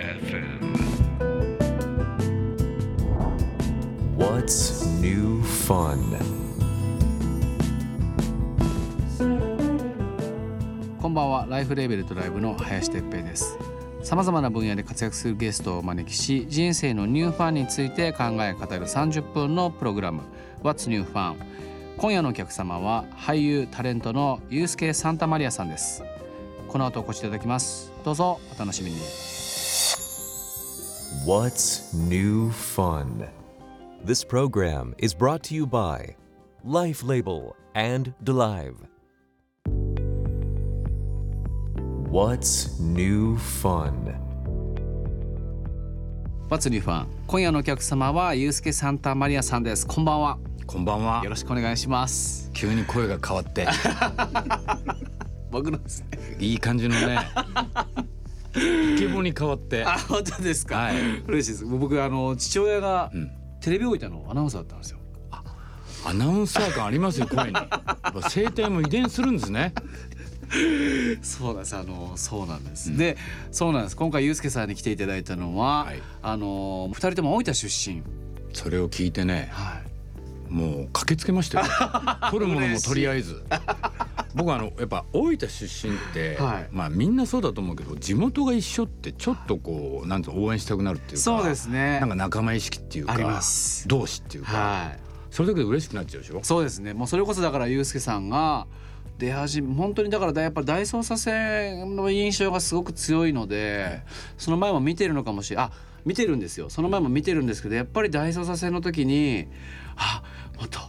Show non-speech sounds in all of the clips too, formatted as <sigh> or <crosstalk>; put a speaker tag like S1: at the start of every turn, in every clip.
S1: FM.
S2: What's new fun?
S3: こんばんはライフレーベルとライブの林哲平ですさまざまな分野で活躍するゲストをお招きし人生のニューファンについて考え語る30分のプログラム What's New Fun 今夜のお客様は俳優タレントのユースケ・サンタマリアさんですこの後お越しいただきますどうぞお楽しみに
S2: What's new fun? This program is brought to you by Life Label and Delive. What's new fun?
S3: What's New Fun 今夜のお客様はユースケ・サンタマリアさんですこんばんは
S4: こんばんは
S3: よ。ろしくお願いします
S4: 急に声が変わって、
S3: 僕のですね
S4: いい感じのね。イケボに変わって。
S3: あ本当ですか、
S4: はい
S3: 嬉しいです僕あの父親が
S4: ん
S3: テレビ大分のアナウンサーだったんですよ
S4: アナウンサー感ありますよ、声に。やっぱ声帯も遺伝するんですね。
S3: そうなんですあのそうなんです、でそうなんです今回ゆうすけさんに来ていただいたのは、
S4: はい
S3: あの二人とも大分出身
S4: それを聞いてね、
S3: はい
S4: もう駆けつけましたよ。取るものも
S3: 嬉しい
S4: とりあえず。僕はあのやっぱ大分出身って、
S3: はい
S4: まあみんなそうだと思うけど地元が一緒ってちょっとこうなんつうの応援したくなるっていうか
S3: そうですね
S4: なんか仲間意識っていうか
S3: あります
S4: 同志っていうか、
S3: はい
S4: それだけで嬉しくなっちゃうでしょ
S3: そうですねもうそれこそだからゆうすけさんが出始め本当にだからだやっぱ大捜査線の印象がすごく強いので、その前も見てるのかもしれあ見てるんですよその前も見てるんですけどやっぱり大捜査線の時にあもっと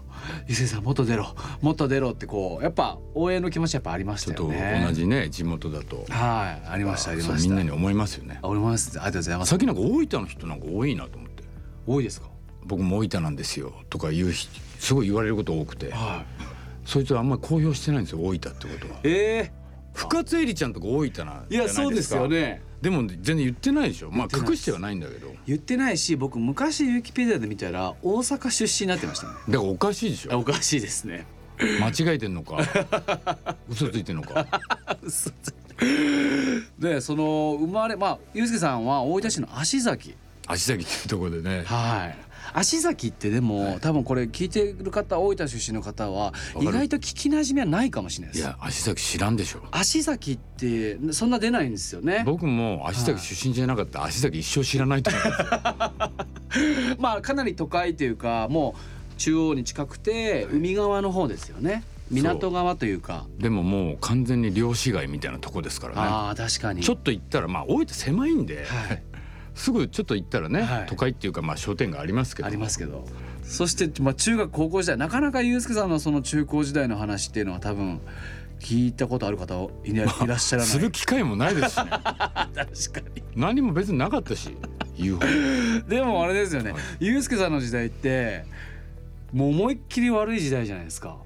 S3: ゆうすけさんもっと出ろもっと出ろってこうやっぱ応援の気持ちやっぱありまし
S4: ち
S3: た
S4: ょっ
S3: よ
S4: と
S3: ね
S4: 同じね地元だと
S3: はい、ありました、あり
S4: そう
S3: まし
S4: み
S3: た。
S4: んなに思いますよね
S3: あ、俺もありますありがとうございます。
S4: 最近なんか大分の人なんか多いなと思って
S3: 多いですか。
S4: 僕も大分なんですよとか言う人すごい言われること多くて
S3: はい。
S4: そいつはあんまり公表してないんですよ大分ってことは
S3: え
S4: 深津絵里ちゃんとか大分なん
S3: え
S4: じゃないですか
S3: ね。
S4: でも全然言ってないでしょま
S3: 言ってな
S4: あ
S3: い
S4: 隠してはないんだけどだか
S3: 言ってないし、僕昔ユーキペディアで見たら、大阪出身になってましたね。
S4: ら <laughs> おかしいでし
S3: あ
S4: ょ
S3: おかしいですね。
S4: 間違えてん <laughs> のか嘘ついてんのか
S3: で、その生まれ、まあ、ゆうすけさんは大分市の足崎。
S4: 足先っていうところでね
S3: はい。足崎ってでも、多分これ聞いてる方大分出身の方は
S4: わ
S3: 意
S4: かる
S3: 外と聞きなじみはないかもしれない
S4: い
S3: です
S4: や足先知らんでしょ
S3: 足崎ってそんな出ないんですよね
S4: 僕も足先出身じゃなかったら足先一生知らないと思う
S3: <laughs> まあかなり都会というかもう中央に近くて海側の方ですよね港側というか
S4: でももう完全に漁師街みたいなとこですからね
S3: ああ確かに
S4: ちょっと行ったらまあ大分狭いんで、
S3: はい
S4: すぐちょっと行ったらね、
S3: はい
S4: 都会っていうかまあ商店街ありますけど
S3: ありますけどそして、まあ、中学高校時代なかなかユースケさんのその中高時代の話っていうのは多分聞いたことある方いないいらっしゃらない
S4: <laughs> する機会もないですし
S3: <laughs>
S4: ね
S3: 確かに
S4: 何も別になかったし言うほど
S3: でもあれですよねユースケさんの時代ってもう思いっきり悪い時代じゃないですか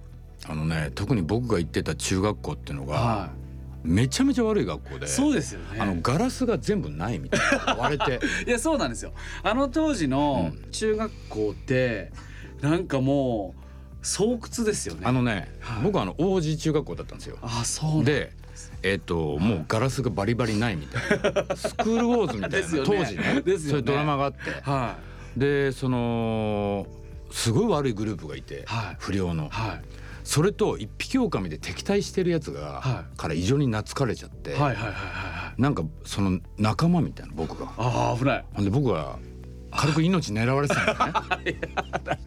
S4: あのね特に僕が行ってた中学校っていうのが、
S3: は
S4: めちゃめちゃ悪い学校で
S3: いそうですよね
S4: あのガラスが全部ないみたいな割
S3: <laughs>
S4: れて
S3: いやそうなんですよあの当時の中学校ってなんかもう巣窟ですよね
S4: あのね、僕はあの王子中学校だったんですよ
S3: あそうなん
S4: でえっ、ともうガラスがバリバリないみたい
S3: <laughs>
S4: なスクールウォーズみたい
S3: ですよ
S4: な
S3: ね
S4: 当時ね
S3: ですよね
S4: そういうドラマがあって
S3: は
S4: でそのすごい悪いグループがいて、
S3: はい
S4: 不良の
S3: いはい
S4: それと一匹狼で敵対してるやつが、
S3: は
S4: から異常に懐かれちゃって、
S3: はいはいはいはいはい
S4: なんかその仲間みたいな僕が
S3: あー危ない
S4: ほんで僕は軽く命狙われてた
S3: <laughs>
S4: んだね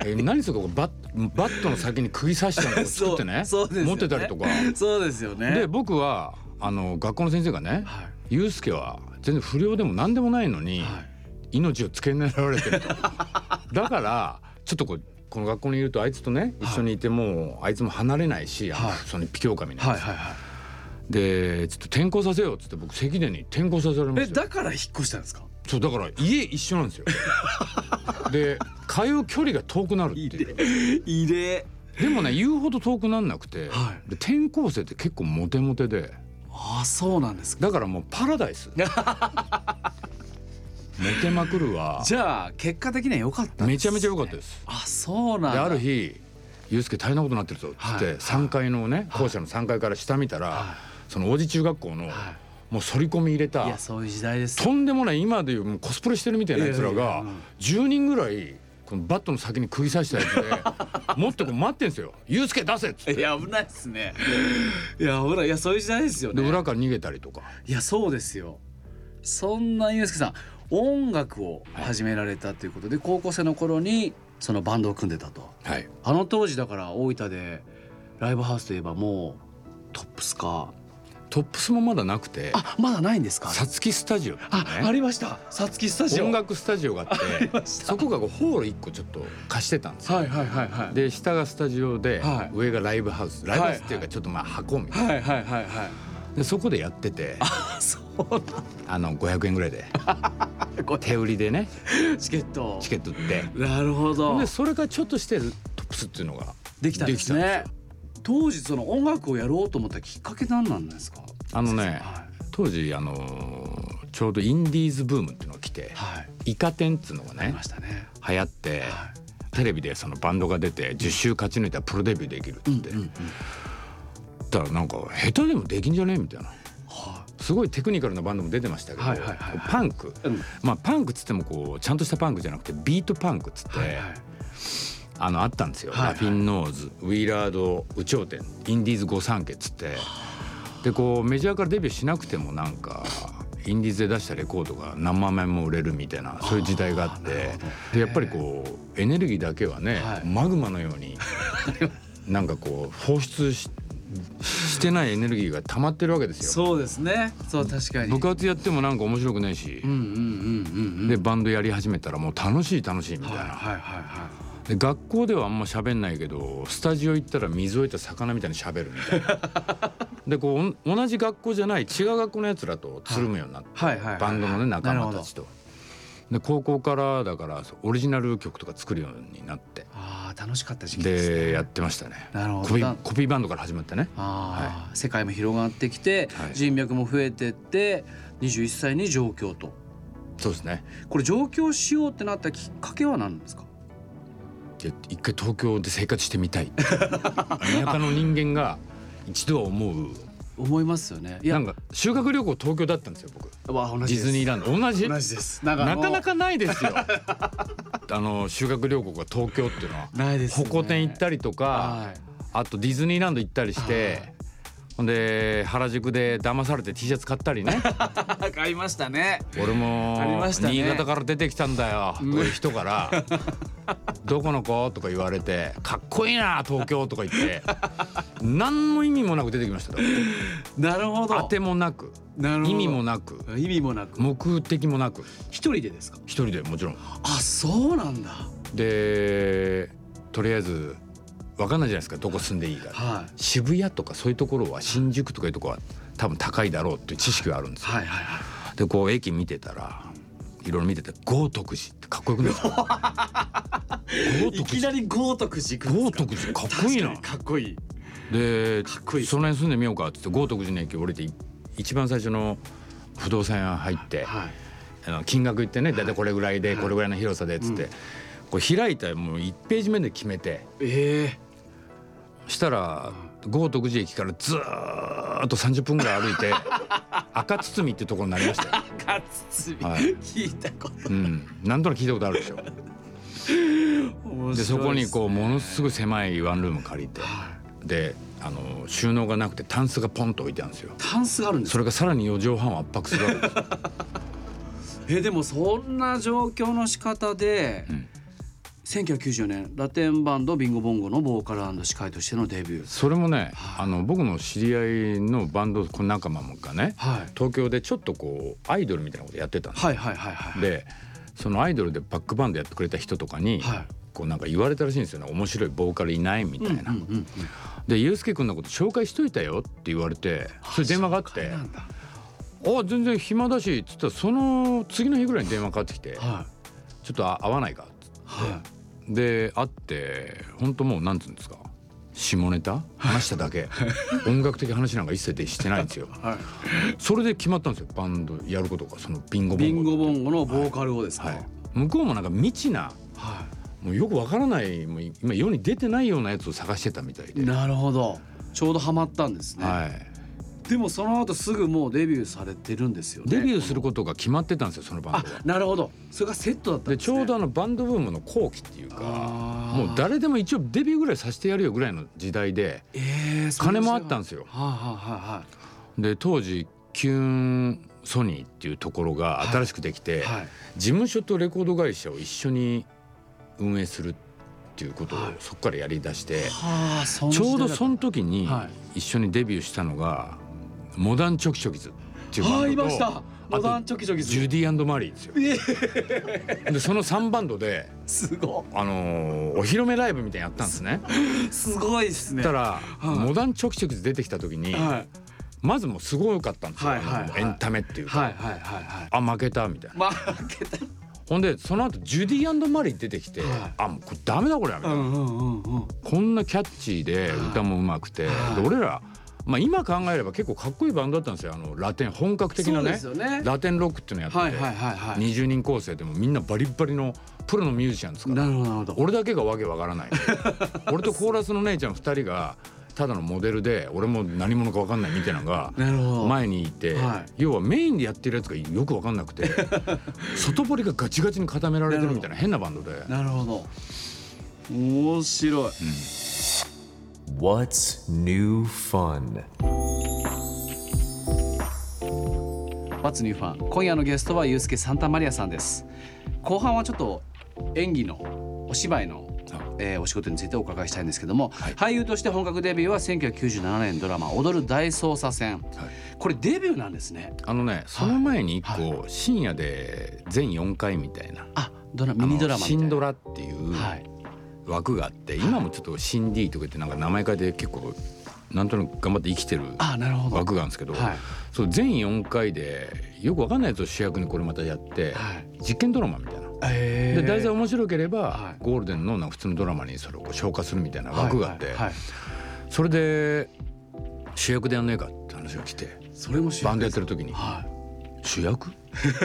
S4: え何それこうバッバットの先に釘刺したのを作って
S3: <laughs>
S4: ね
S3: そうそうですよね
S4: 持ってたりとか
S3: そうですよね
S4: で僕はあの学校の先生がね
S3: はい
S4: 「ユうスケは全然不良でも何でもないのに、
S3: はい
S4: 命をつけ狙われてるとだからちょっとこうこの学校にいるとあいつとね一緒にいてもうあいつも離れないし、あの
S3: はい
S4: その一匹狼に、
S3: はいはいはい
S4: でちょっと転校させようっつって僕関根に転校させられま
S3: え
S4: したよ
S3: だから引っ越したんですか
S4: そうだから家一
S3: <laughs>
S4: 緒なんですよで通う距離が遠くなるっていう
S3: 異例
S4: でもね言うほど遠くなんなくて、
S3: は
S4: で転校生って結構モテモテで
S3: あーそうなんですか
S4: だからもうパラダ
S3: <laughs>
S4: イスモテまくるわ
S3: じゃあ結果的には良かったん
S4: め
S3: で
S4: ち
S3: す
S4: ゃめちゃ良かったです
S3: あそうなん
S4: で
S3: だ
S4: ある日「ユうスケ大変なことになってるぞ」っつっ
S3: はい
S4: て3階のね校舎の3階から下見たらその王子中学校のもう反り込み入れ
S3: い
S4: た
S3: やそういう時代です
S4: とんでもない今でいうもうコスプレしてるみたいなやつら
S3: いやいやいや
S4: が
S3: うん
S4: 10人ぐらいこのバットの先に釘刺したや
S3: <laughs>
S4: つで持ってこう待ってんすよ「ユうスケ出せ!」っつって
S3: いや危ないですねいやほらいやそういう時代ですよ
S4: で
S3: ね
S4: 裏から逃げたりとか
S3: いやそうですよそんなユうスケさん音楽を始められたということで高校生の頃にそのバンドを組んでたと
S4: はい
S3: あの当時だから大分でライブハウスといえばもうトップスか
S4: トップスもまだなくて
S3: あまだないんですか
S4: さつきスタジオっていう
S3: ああ
S4: ね
S3: りましたさつきスタジオ
S4: 音楽スタジオがあって
S3: ました
S4: そこがこうホール1個ちょっと貸してたんですよ
S3: はいはいはいはい
S4: で下がスタジオで
S3: はい
S4: 上がライブハウスライブハウスってい
S3: はいは
S4: うか
S3: い
S4: ちょっとまあ箱みたいな
S3: はいはいはいはい
S4: でそこでやってて
S3: あそうだ
S4: あの500円ぐら
S3: <laughs>
S4: いで手売りでね
S3: チケット
S4: チケット売って
S3: なるほど
S4: でそれからちょっとしてトップスっていうのが
S3: できたんです
S4: できた
S3: ね当時その音楽をやろうと思ったきっかけなんなんですか
S4: あのね
S3: は
S4: 当時あのーちょうどインディーズブームっていうのが来て
S3: い、はい、
S4: イカ天っていうのが
S3: あり
S4: ね
S3: ましたね
S4: 流行って
S3: は
S4: テレビでそのバンドが出て10週勝ち抜いたらプロデビューできるって言って、
S3: うんうん
S4: だからなんか下手でもできんじゃねえみたいな
S3: は
S4: すごいテクニカルなバンドも出てましたけど、
S3: はいはいはいはい
S4: パンク、
S3: うん
S4: まあパンクっつってもこうちゃんとしたパンクじゃなくてビートパンクっつって、
S3: いはい
S4: あのあったんですよ、
S3: はいはい
S4: ラフィン・ノーズウィーラード有頂天インディーズ御三家っつってでこうメジャーからデビューしなくてもなんかインディーズで出したレコードが何万枚も売れるみたいなそういう時代があって
S3: あーなるほ
S4: でやっぱりこうエネルギーだけはね、
S3: はい
S4: マグマのよ
S3: <laughs>
S4: うになんかこう放出ししてないエネルギーが溜まってるわけですよ。
S3: そうですねそう確かに
S4: 部活やってもなんか面白くないし
S3: うん、うんうんうんうん
S4: でバンドやり始めたらもう楽しい楽しいみたい
S3: はい
S4: な、
S3: はいはいはい
S4: で学校ではあんま喋んないけどスタジオ行ったら水置いた魚みたいに喋るみたいなでこうお同じ学校じゃない違う学校のやつらとつるむようになって、
S3: はいはいはいはい
S4: バンドのね仲間たちと。で高校からだからオリジナル曲とか作るようになって
S3: あー楽しかった時期ですね
S4: でやってましたね
S3: なるほど
S4: コピーコピーバンドから始まってね
S3: あー世界も広がってきて、
S4: はい
S3: 人脈も増えてって21歳に上京と
S4: そうですね
S3: これ上京しようってなったきっかけは何ですか
S4: で一回東京で生活してみた
S3: <laughs>
S4: い田舎の人間が一度は思う
S3: 思いますよねい
S4: なんか修学旅行東京だったんですよ僕
S3: わ同
S4: ディズニーランド同じ
S3: 同じですな
S4: なかなかないですよ。 <laughs> あの修学旅行が東京っていうのは、
S3: ないです
S4: ホ
S3: ね
S4: コ天行ったりとか、
S3: はい
S4: あとディズニーランド行ったりして
S3: はい、
S4: ほんで原宿で騙されて T シャツ買った
S3: <laughs>
S4: りね。
S3: 買いましたね
S4: 俺も
S3: ありましたね
S4: 新潟から出てきたんだよという人
S3: <laughs>
S4: から「どこの子?」とか言われて「かっこいいな東京」とか言って何の意味もなく出てきましただか
S3: なるほ
S4: ら
S3: ど
S4: 当てもなく
S3: なるほど
S4: 意味もなく
S3: 意味もなく
S4: 目的もなく
S3: 一人でですか
S4: 一人でもちろん
S3: あそうなんだ
S4: でとりあえず分かんないじゃないですかどこ住んでいいか
S3: はい
S4: 渋谷とかそういうところは新宿とかいうところは多分高いだろうっていう知識があるんですよ
S3: はいはいはい
S4: でこう駅見てたらいろいろ見てて豪徳寺ってかっこよくないですか
S3: <laughs>
S4: 豪
S3: い
S4: 徳
S3: き
S4: 寺
S3: なり豪徳寺行くん
S4: 豪
S3: ですか
S4: 徳寺かっこいいな
S3: 確かにかっこいい
S4: で
S3: かっこいい
S4: その辺住んでみようかっつって豪徳寺の駅降りてい一番最初の不動産屋入って、
S3: はい
S4: あの金額言ってね大体これぐらいでこれぐらいの広さでっつって、こう開いたらもう1ページ目で決めて。
S3: ええ
S4: したら豪徳寺駅からずーっと30分ぐらい歩いて <laughs> 赤堤ってところになりましたよ、
S3: 赤包み、
S4: はい
S3: 聞いたこと
S4: うん、なんとなく聞いたことあるでしょ
S3: 面白い
S4: でそこにこうものす
S3: ごい
S4: ごい狭いワンルーム借りてであの収納がなくてタンスがポンと置いてあるんですよ
S3: タンスがあるんです
S4: そ
S3: か
S4: れがさらに4畳半を圧迫するわけですよ
S3: えでもそんな状況の仕方で、
S4: ん
S3: 1990年ラテンバンドビンゴボンゴのボーカル司会としてのデビュー
S4: それもねあの僕の知り合いのバンドこの仲間もがね
S3: はい
S4: 東京でちょっとこうアイドルみたいなことやってたんですよ
S3: はいはいはいはい
S4: でそのアイドルでバックバンドやってくれた人とかに、
S3: はい
S4: こうなんか言われたらしいんですよね面白いボーカルいないみたいな。
S3: うんうんうん
S4: で「ユうスケ君のこと紹介しといたよ」って言われてそれ電話があって
S3: なんだ
S4: 「あ全然暇だし」っつったらその次の日ぐらいに電話かかってきて「
S3: は
S4: ちょっとあ会わないか」っつ
S3: いは
S4: ってで会って本当もうなんつうんですか下ネタ話した
S3: <laughs>
S4: だけ音楽的話なんか一切でしてないんですよ。
S3: い、は
S4: それで決まったんですよバンドやることがそのビンゴ
S3: い、
S4: ボン
S3: ビ
S4: ゴ
S3: ンゴボンゴのボーカルをですね、
S4: はい、向こうもなんか未知な
S3: は
S4: もうよくわからないもう今世に出てないようなやつを探してたみたい
S3: い
S4: で、
S3: なるほどちょうどハマったんですね、
S4: はい、
S3: でもその後すぐもうデビューされてるんですよね
S4: デビューす
S3: る
S4: ることが決まってたんですよそのバンド
S3: あ
S4: は。
S3: なるほどそれがセットだったん
S4: で
S3: です、ね、
S4: ちょうどあのバンドブームの後期っていうか
S3: あー
S4: もう誰でも一応デビューぐらいさせてやるよぐらいの時代で
S3: えーそ
S4: 金もあったんです
S3: よ
S4: よ。
S3: はいはいはいはい
S4: で当時キューンソニーっていうところが新しくできて、
S3: はい
S4: 事務所とレコード会社を一緒に運営するっていうことを
S3: はい
S4: そこからやりだして、
S3: はあそんな
S4: ちょ
S3: 時代
S4: うど
S3: だった
S4: その時に
S3: は
S4: 一緒にデビューしたのが「モダンチョキチョキズ」っていう
S3: は
S4: バ
S3: あい
S4: ンド
S3: まし
S4: と
S3: たモダンチョキチョキズ
S4: ジュディマリーですよ。
S3: え
S4: でその3バンドで、
S3: ーすご
S4: あのーお披露目ライブみたいなのやったんですね。
S3: すごいですね
S4: たら、
S3: い
S4: モダンチョキチョキズ出てきた時に、
S3: はい
S4: まずもうすごかったんですよ、
S3: はいはいはい
S4: エンタメっていうか。
S3: はいはいはいはい
S4: あ負けたみたいな
S3: まあ開けた
S4: ほんでその後ジュディマリー出てきて、
S3: はい
S4: あもうこれダメだこれはみたいな、
S3: うんうんうんうん
S4: こんなキャッチーで
S3: はい
S4: 歌もうまくて、
S3: はい
S4: で俺ら、まあ、今考えれば結構かっこいいバンドだったんですよあのラテン本格的な
S3: そう
S4: ね
S3: ですよね
S4: ラテンロックっていうのやってて、
S3: はいはいはいはい
S4: 20人構成でもみんなバリバリのプロのミュージシャンですから
S3: なるほどなるほど
S4: 俺だけがわけわか
S3: <laughs>
S4: らない俺とコーラスの姉ちゃん2人がただのモデルで俺も何者かわかんないみたいなのが。
S3: なるほど
S4: 前にいて、
S3: はい
S4: 要はメインでやってるやつがよく分かんなくて
S3: <laughs>
S4: 外堀がガチガチに固められてるみたいな変なバンドで
S3: なるほど面白い
S2: What's new fun?
S3: バツニューファン今夜のゲストはユうスケサンタマリアさんです後半はちょっと演技のお芝居の
S4: あ
S3: えーお仕事についてお伺いしたいんですけども、俳優として本格デビューは1997年ドラマ「踊る大捜査線」これデビューなんですね
S4: あのねその前に一個、深夜で全4回みたいな
S3: あドラミニドラマみたい
S4: あの
S3: な
S4: 新ドラっていう
S3: はい
S4: 枠があって、今もちょっと新 D とか言ってなんか名前変えて結構なんとなく頑張って生きてる
S3: あなるほど
S4: 枠があるんですけど、
S3: はい
S4: そう全4回でよく分かんないやつを主役にこれまたやって、
S3: はい
S4: 実験ドラマみたいな。
S3: え
S4: で題材面白ければ、
S3: はい
S4: ゴールデンのなんか普通のドラマにそれをこう消化するみたいな枠があって、
S3: はいはいはい
S4: それで主役でやんねえかって話が来て
S3: それも主役
S4: バンドやってる時に
S3: はい
S4: 「主役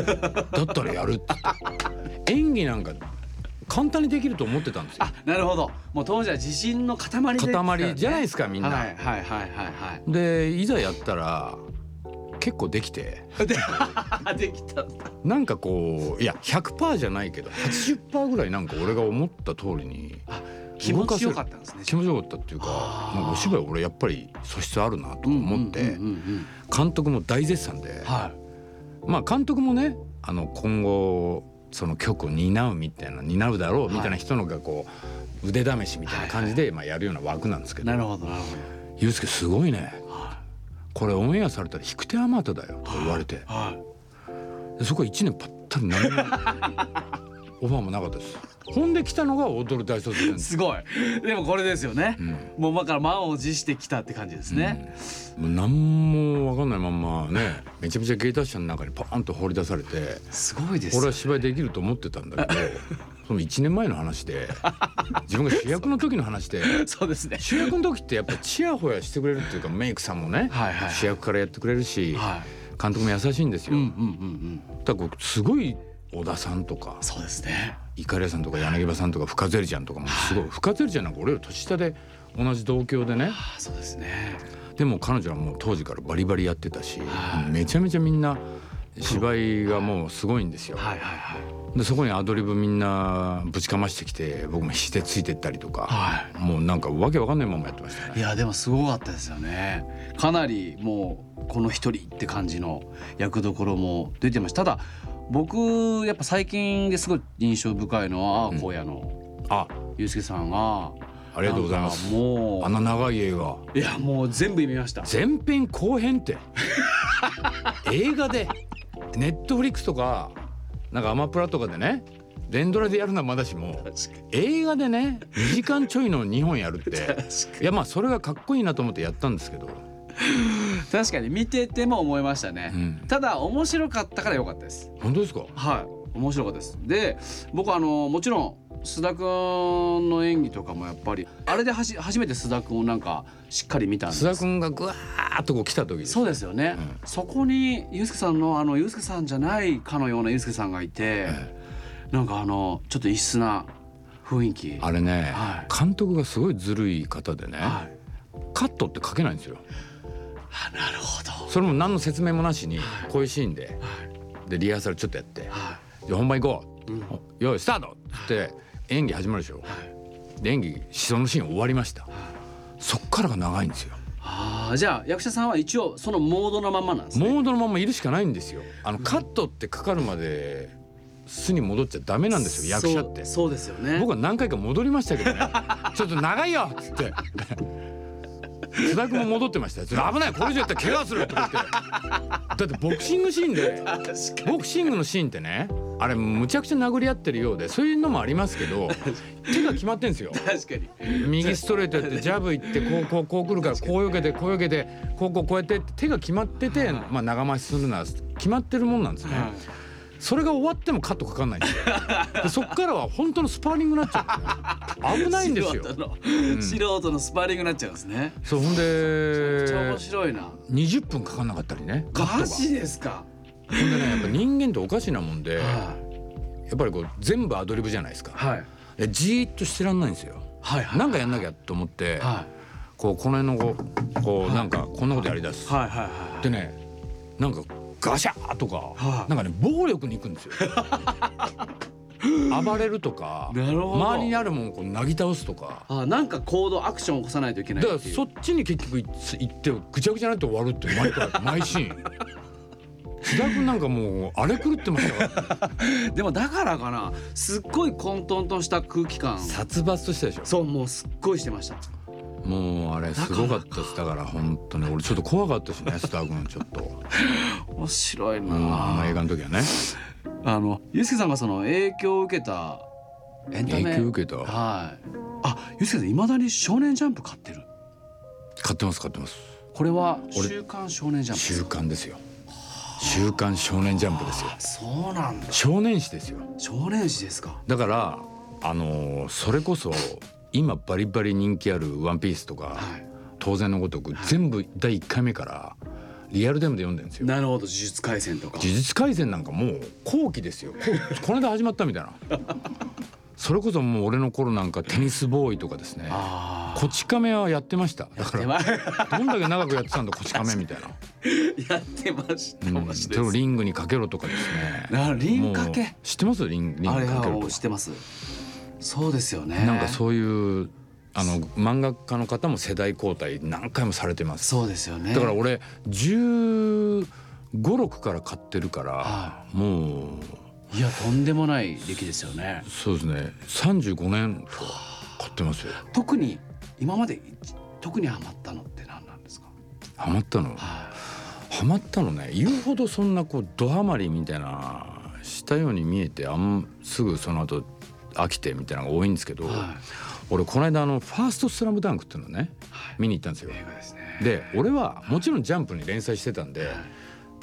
S4: だったらやる」って言って演技なんか簡単にできると思ってたんですよ
S3: あなるほどもう当時は自信の塊ですからね
S4: 塊じゃないですかみんな。
S3: はいはいはいはいはい
S4: でいざやったら結構できて
S3: で <laughs> できた
S4: なんかこういや100%じゃないけど80%ぐらいなんか俺が思った通りに
S3: 気持ちよかったんですね
S4: 気持ちよかったっていうかなんかお芝居俺やっぱり素質あるなと思って。
S3: うんうんうん
S4: 監督も大絶賛で
S3: うん、はい
S4: まあ監督もねあの今後その曲を担うみたいな担うだろうみたいな人のがこう腕試しみたいな感じでまあやるような枠なんですけど
S3: なるほどなるほ
S4: 「ユースケすごいねこれオンエアされたら引く手あまただよ」とか言われて
S3: どはい
S4: でそこ1年ぱった
S3: <laughs>
S4: り何もオファーもなかったです。ほんで来たのが踊る大卒なんです。
S3: すごいでもこれですよね、もうだから満を持してきたって感じですね、
S4: もう何もわかんないまんまねめちゃめちゃ芸達者の中にパーンと放り出されて。
S3: すごいです
S4: 俺は芝居できると思ってたん
S3: <laughs>
S4: だけどその1年前の話で自分が主役の時の話で
S3: <laughs> そうですね
S4: 主役の時ってやっぱちやほやしてくれるっていうかメイクさんもね
S3: はいはい
S4: 主役からやってくれるし
S3: はい
S4: 監督も優しいんです
S3: う
S4: よ。
S3: んうんうんうん
S4: だからこうすごい小田さんとか
S3: そうですね
S4: いかりやさんとか柳葉さんとか深ゼリちゃんとかもすごい深ゼリちゃんなんか俺より年下で同じ同郷でね
S3: あそうですね
S4: でも彼女はもう当時からバリバリやってたし
S3: はい
S4: めちゃめちゃみんな芝居がもうすごいんですよ。
S3: はいはいはい
S4: でそこにアドリブみんなぶちかましてきて僕も必死でついてったりとか、
S3: は
S4: もうなんかわけわかんないままやってました
S3: い
S4: ね。
S3: やでもすごかったですよねかなりもうこの一人って感じの役どころも出てましたただ僕やっぱ最近ですごい印象深いのは荒野の
S4: あ
S3: ユうスケさんが
S4: ありがとうございます
S3: なんかもう
S4: あの長い映画
S3: いやもう全部見ました
S4: 前編後編って映画でネットフリックスとかなんかアマプラとかでね連ドラでやるのはまだしも映画でね2時間ちょいの2本やるっていやまあそれがかっこいいなと思ってやったんですけど
S3: 確かに見てても思いましたね、
S4: うん
S3: ただ面白かったから良かったです
S4: 本当ですか
S3: はい面白かったですで僕あのもちろん須田くんの演技とかもやっぱりあれではし初めて須田くんをなんかしっかり見たんです
S4: 須田君がぐわーっとこう来た時です
S3: そうですよね、そこにユうスケさんのあのユうスケさんじゃないかのようなユうスケさんがいて、なんかあのちょっと異質な雰囲気
S4: あれね、
S3: は
S4: 監督がすごいずるい方でね、
S3: はい
S4: カットって書けないんですよ
S3: あなるほど
S4: それも何の説明もなしにこういうシーンででリハーサルちょっとやって
S3: は
S4: 「じゃあ本番行こう」よいスタート!」って演技始まるでしょ。で演技そのシーン終わりました。そっからが長いんですよ。
S3: あーじゃあ役者さんは一応そのモードのまんまなんですね
S4: モードのままいるしかないんですよ。あのカットってかかるまで巣に戻っちゃダメなんですよ役者って。
S3: そうそうですよね
S4: 僕は何回か戻りましたけどねちょっと長いよっつって津田君も戻ってましたよちょっと危ないこれ以上やったら怪我するとか言ってだってボクシングシーンでボクシングのシーンってねあれむちゃくちゃ殴り合ってるようでそういうのもありますけど手が決まってんですよ
S3: 確かに
S4: 右ストレートやってジャブ行ってこうこうこう来るからこう避けてこう避けてこうこうこうやってって手が決まっててまあ長回しするなら決まってるもんなんですね。それが終わってもカットかかんないんで
S3: <laughs>
S4: すよ。でそっからは本当のスパーリングになっちゃうんですよ。危ないんで
S3: <laughs>
S4: すよ
S3: 素。人の素人のスパーリングになっちゃうんですね
S4: そうほんで
S3: めっちゃ面白いな
S4: 20分かかんなかったりねカット
S3: マ
S4: が。
S3: ジですか
S4: ほんでねやっぱ人間っておかしなもんでや
S3: は
S4: っぱりこう全部アドリブじゃないです
S3: い
S4: か。
S3: はい
S4: でじーっとしてらんないんですよ。
S3: はいはい
S4: なんかやんなきゃと思って
S3: は
S4: こうこの辺のこうこうなんかこんなことやりだす
S3: い。はいはい
S4: でねなんかガシャーとか
S3: はい
S4: なんかね暴力に行くんですよ
S3: <laughs>
S4: 暴れるとか
S3: なるほど
S4: 周りにあるもんをこうなぎ倒すとか
S3: あなんか行動アクションを起こさないといけな
S4: だ
S3: いっ
S4: か
S3: てい
S4: ら
S3: う
S4: そっちに結局い行ってぐちゃぐちゃになって終わるっていう毎回毎シーン津田君なんかもう荒れ狂ってました
S3: <laughs>
S4: から
S3: でもだからかなすっごい混沌とした空気感
S4: 殺伐としたでし
S3: そうもうすっごいしてました
S4: ょもうあれすごかったですだから本当に俺ちょっと怖かったしね津田君ちょっと
S3: 面白いな
S4: うんあの映
S3: あ
S4: 画の時はね
S3: のゆうすけさんがその影響を受けたエンタメ
S4: 影響受けた
S3: はいあゆうすけさんいまだに少年ジャンプ買ってる
S4: 買ってます買ってます
S3: これは
S4: 俺
S3: 週刊少年ジャンプ
S4: 週刊ですよ週刊少年ジャンプですよ
S3: あそうなんだ
S4: 少年誌ですよ
S3: 少年誌ですか
S4: だからあのーそれこそ今バリバリ人気ある「ワンピースとか、
S3: はい
S4: 当然のごとく全部第1回目からリアルタイムで読んでるんですよ。
S3: なるほど呪術廻戦とか
S4: 事実改善なんかもう後期ですよこうこの間始まったみたいなそれこそもう俺の頃なんかテニスボーイとかですね
S3: あ
S4: こち亀はやってましただか
S3: あや
S4: ら
S3: ばい
S4: どんだけ長くやってたんだこち亀みたいな、
S3: <laughs> やってました、
S4: うん、
S3: マジ
S4: それをリングにかけろとかですね
S3: なるリンか
S4: も
S3: け
S4: う知ってますリンリン
S3: あ
S4: グ
S3: れ
S4: かけろと
S3: は
S4: か
S3: 知ってますそうですよね
S4: なんかそういうあの漫画家の方も世代交代何回もされてます。
S3: そうですよね
S4: だから俺1 5六6から買ってるから、
S3: は
S4: もう
S3: いやとんでもない歴ですよね
S4: そうですね35年買ってますよ。
S3: 特に今まで一特にハマったのって何なんですか
S4: ハマったの
S3: は
S4: ハマったのね言うほどそんなこうドハマりみたいなしたように見えてあんすぐその後飽きてみたいなのが多いんですけど、
S3: いは
S4: 俺この間あの「ファーストスラムダンクっていうのね
S3: はい
S4: 見に行ったんですよ
S3: い。映画ですね
S4: で俺はもちろん「ジャンプ」に連載してたんで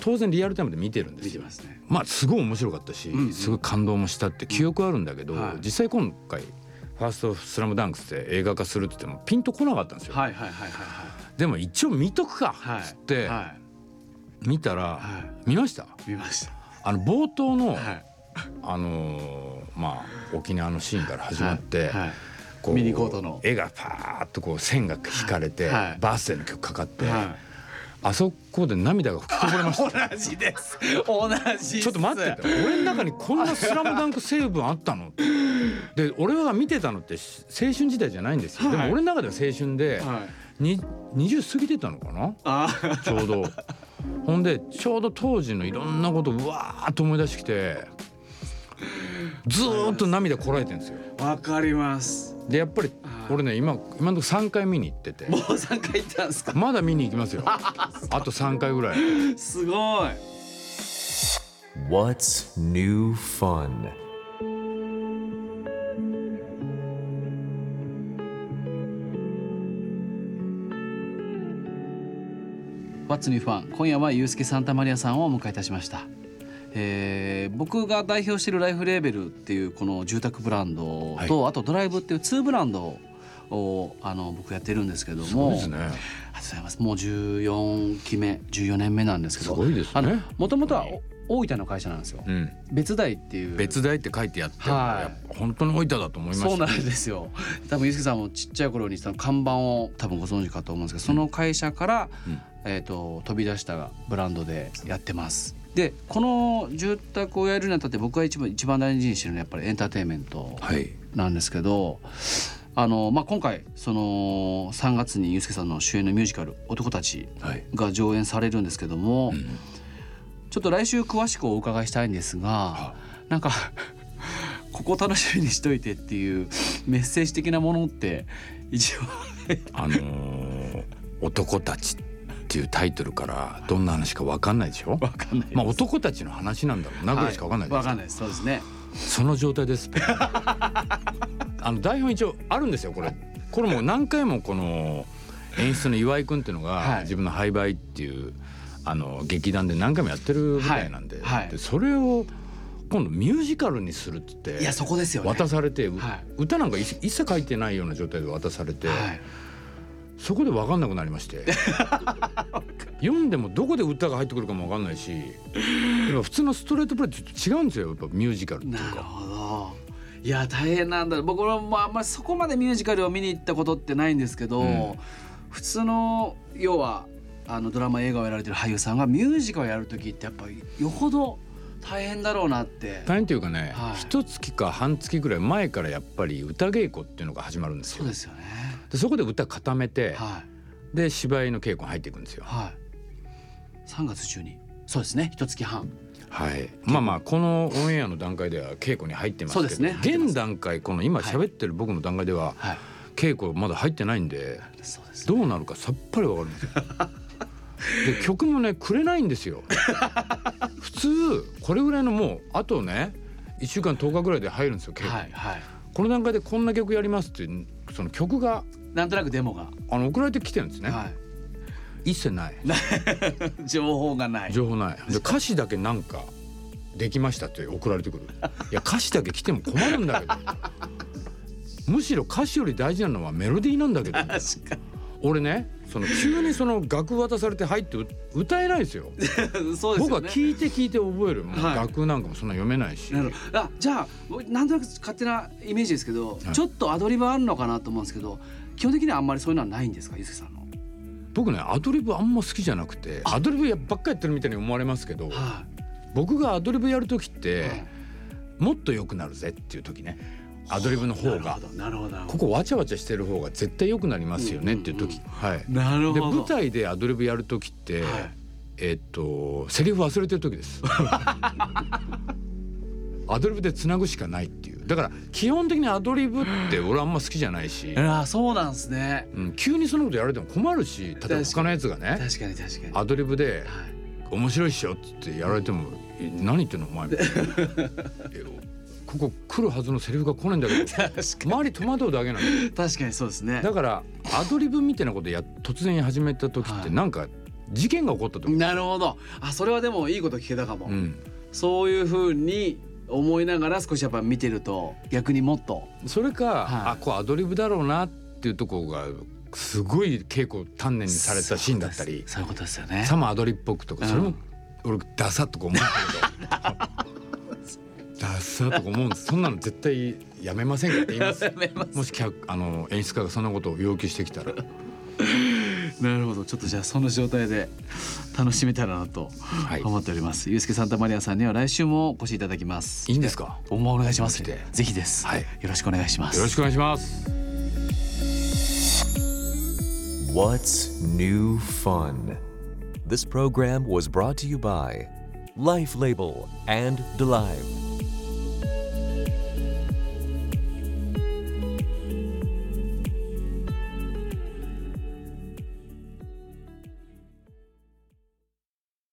S4: 当然リアルタイムで見てるんで
S3: 見
S4: す
S3: て
S4: よ
S3: ま。すね
S4: まあすごい面白かったし、
S3: うんうん
S4: すごい感動もしたって記憶あるんだけど、
S3: はい
S4: 実際今回「ファーストスラムダンクって映画化するって言ってもピンとこなかったんですよ、
S3: はいはいはいはいは
S4: でも一応見とくか
S3: いはい
S4: っつって
S3: は
S4: 見たら、
S3: いは
S4: 見ました
S3: い見ました
S4: あの冒頭
S3: は
S4: の、
S3: い
S4: あのーまあ沖縄のシーンから始まっ
S3: は
S4: て、
S3: いはい
S4: こう
S3: ミニコートの
S4: 絵がパーッとこう線が引かれて、
S3: はい
S4: バースデーの曲かかって、
S3: は
S4: あそこで涙が吹きこぼれました
S3: い同じです同じ
S4: ちょっと待ってと俺の中にこんな「スラムダンク成分あったので俺が見てたのってし青春時代じゃないんですよ、
S3: は
S4: で
S3: い
S4: も俺の中では青春で、
S3: はい
S4: に20過ぎてたのかな
S3: あ
S4: ちょうどほんでちょうど当時のいろんなことをうわーっと思い出してきてずーっと涙こらえてるんですよ
S3: ーわかります
S4: でやっぱり俺ね今今のとこ3回見に行ってて
S3: もう3回行ったんですか
S4: まだ見に行
S3: <laughs>
S4: きますよあと3回ぐらい
S3: すごい
S2: What's new fun?
S3: What's New Fun 今夜はユースケ・サンタマリアさんをお迎えいたしました、えー僕が代表しているライフレーベルっていうこの住宅ブランドと、あとドライブっていう2ブランドをあの僕やってるんですけども
S4: そうですね
S3: ありがとうございますもう14期目14年目なんですけ
S4: す
S3: ど
S4: ごいです
S3: あの
S4: ね
S3: もともとはお大分の会社なんですよ、
S4: うん
S3: 別大っていう
S4: 別大って書いてあって、
S3: はい
S4: やっぱ本当に置いただと思いました
S3: そうなんですよ多分ユースケさんもちっちゃい頃にその看板を多分ご存知かと思うんですけどその会社からえー、と飛び出したブランドでやってます。でこの住宅をやるにあたって僕が一番一番大事にしてるのはやっぱりエンターテインメント
S4: はい
S3: なんですけど、あのまあ、今回その3月にユースケさんの主演のミュージカル「男たち
S4: はい」
S3: が上演されるんですけども、
S4: ん
S3: ちょっと来週詳しくお伺いしたいんですがなんか <laughs> ここ楽しみにしといてっていうメッセージ的なものって一応
S4: あのー男たち」っていうタイトルからどんな話か分かんないでしょ
S3: わかんないです
S4: まあ男たちの話なんだろうなぐらいしか分かんない
S3: わ、
S4: です
S3: かんないですそうですね
S4: その状態です
S3: <laughs>
S4: あの台本一応あるんですよこれこれもう何回もこの演出の岩井君っていうのが、
S3: はい
S4: 自分の「ハイバイ」っていうあの劇団で何回もやってる舞台なんで,、
S3: はいはい
S4: でそれを今度ミュージカルにするっつって
S3: いやそこですよね
S4: 渡されて、
S3: はい
S4: 歌なんか一一切書いてないような状態で渡されて、
S3: はい
S4: そこで分かんなくなりまして
S3: <laughs>
S4: 読んでもどこで歌が入ってくるかも分かんないしやっぱ普通のストレートプレイとちょっと違うんですよやっぱミュージカルっていう
S3: なる
S4: か。
S3: ほどいや大変なんだ僕はもうあんまりそこまでミュージカルを見に行ったことってないんですけど、
S4: うん
S3: 普通の要はあのドラマ映画をやられてる俳優さんがミュージカルをやる時ってやっぱりよほど大変だろうなって
S4: 大変というかね
S3: はい
S4: 一、月か半月ぐらい前からやっぱり歌稽古っていうのが始まるんです
S3: そ
S4: よ
S3: うですよね
S4: でそこで歌固めて、
S3: はい
S4: で芝居の稽古に入っていくんですよ
S3: はい3月中にそうですね一月半
S4: はいまあまあこのオンエアの段階では稽古に入ってますけど
S3: そうですね入ってます
S4: 現段階この今喋ってる僕の段階では
S3: はい
S4: 稽古まだ入ってないんで
S3: そうです
S4: どうなるかさっぱりわかるんですよで曲もねくれないんですよ普通これぐらいのもうあとね1週間10日ぐらいで入るんですよ稽古、
S3: はいはい
S4: この段階でこんな曲やりますっていうその曲が
S3: なんとなくデモが、
S4: あの送られてきてるんですね、
S3: は
S4: 一切ない
S3: い、情報がない
S4: 情報ないで歌詞だけなんかできましたって送られてくるいや歌詞だけ来ても困るんだけどむしろ歌詞より大事なのはメロディーなんだけど
S3: 確かに
S4: 俺ねその急にその楽渡されて入ってう歌えないです
S3: そ
S4: よ
S3: うですよね
S4: 僕は聞いて聞いて覚えるもう
S3: はい
S4: 楽なんかもそんな読めないし、
S3: なるほどあじゃあ僕なんとなく勝手なイメージですけど、
S4: い
S3: ちょっとアドリブあるのかなと思うんですけど基本的にはあんまりそういうのはないんですかゆうすけさんの。
S4: 僕ねアドリブあんま好きじゃなくてアドリブやばっかやってるみたいに思われますけど
S3: は
S4: 僕がアドリブやる時って、
S3: い、
S4: もっと良くなるぜっていう時ねアドリブの方
S3: な
S4: が
S3: るほどなるほどなるほ
S4: こ
S3: ど。
S4: こわちゃわちゃしてる方が絶対良くなりますよねっていう時、
S3: うん
S4: はい
S3: なるほ
S4: で
S3: ど。
S4: 舞台でアドリブやる時って、
S3: はい
S4: えっとセリフ忘れてる時です
S3: <laughs>
S4: アドリブでつなぐしかないっていうだから基本的にアドリブって俺あんま好きじゃないし、
S3: あそうなんですね。
S4: うん、急にそのことやられても困るし例えば他のやつがね
S3: 確かに確かに。
S4: アドリブ
S3: は
S4: で
S3: い
S4: 面白いっしょっつってやられても「え何言ってんのお前」み
S3: <laughs>
S4: たいなえここ来るはずのセリフが来ないんだけど
S3: <laughs> 確か
S4: 周り戸惑うだけなんだよ
S3: に確かにそうですね。
S4: だからアドリブみたいなことや突然始めた時っ
S3: は
S4: て
S3: い
S4: なんか事件が起こった時、
S3: なるほど。あそれはでもいいこと聞けたかも。
S4: うん、
S3: そういうふうに思いながら少しやっぱ見てると逆にもっと。
S4: それか、
S3: はい
S4: あこうアドリブだろうなっていうとこがすごい稽古丹念にされたシーンだったり
S3: そういうことですそういうことですよ
S4: さ
S3: ね。
S4: もアドリブっぽくとか、
S3: うん
S4: それも俺ダサっとか思うんだけどダサっとか思うんですそんなの絶対やめませんかって言います
S3: やめます
S4: もし客あの演出家がそんなことを要求してきたら
S3: なるほどちょっとじゃあその状態で楽しめたらなと
S4: い
S3: 思っております、ゆうすけさんとマリアさんには来週もお越しいただきます
S4: いいんですか
S3: おお願いします
S4: 来て
S3: ぜひです、
S4: はい
S3: よろしくお願いします
S4: よろしくお願いします。
S2: What's New Fun? This program was brought to you by Life Label and DeLive.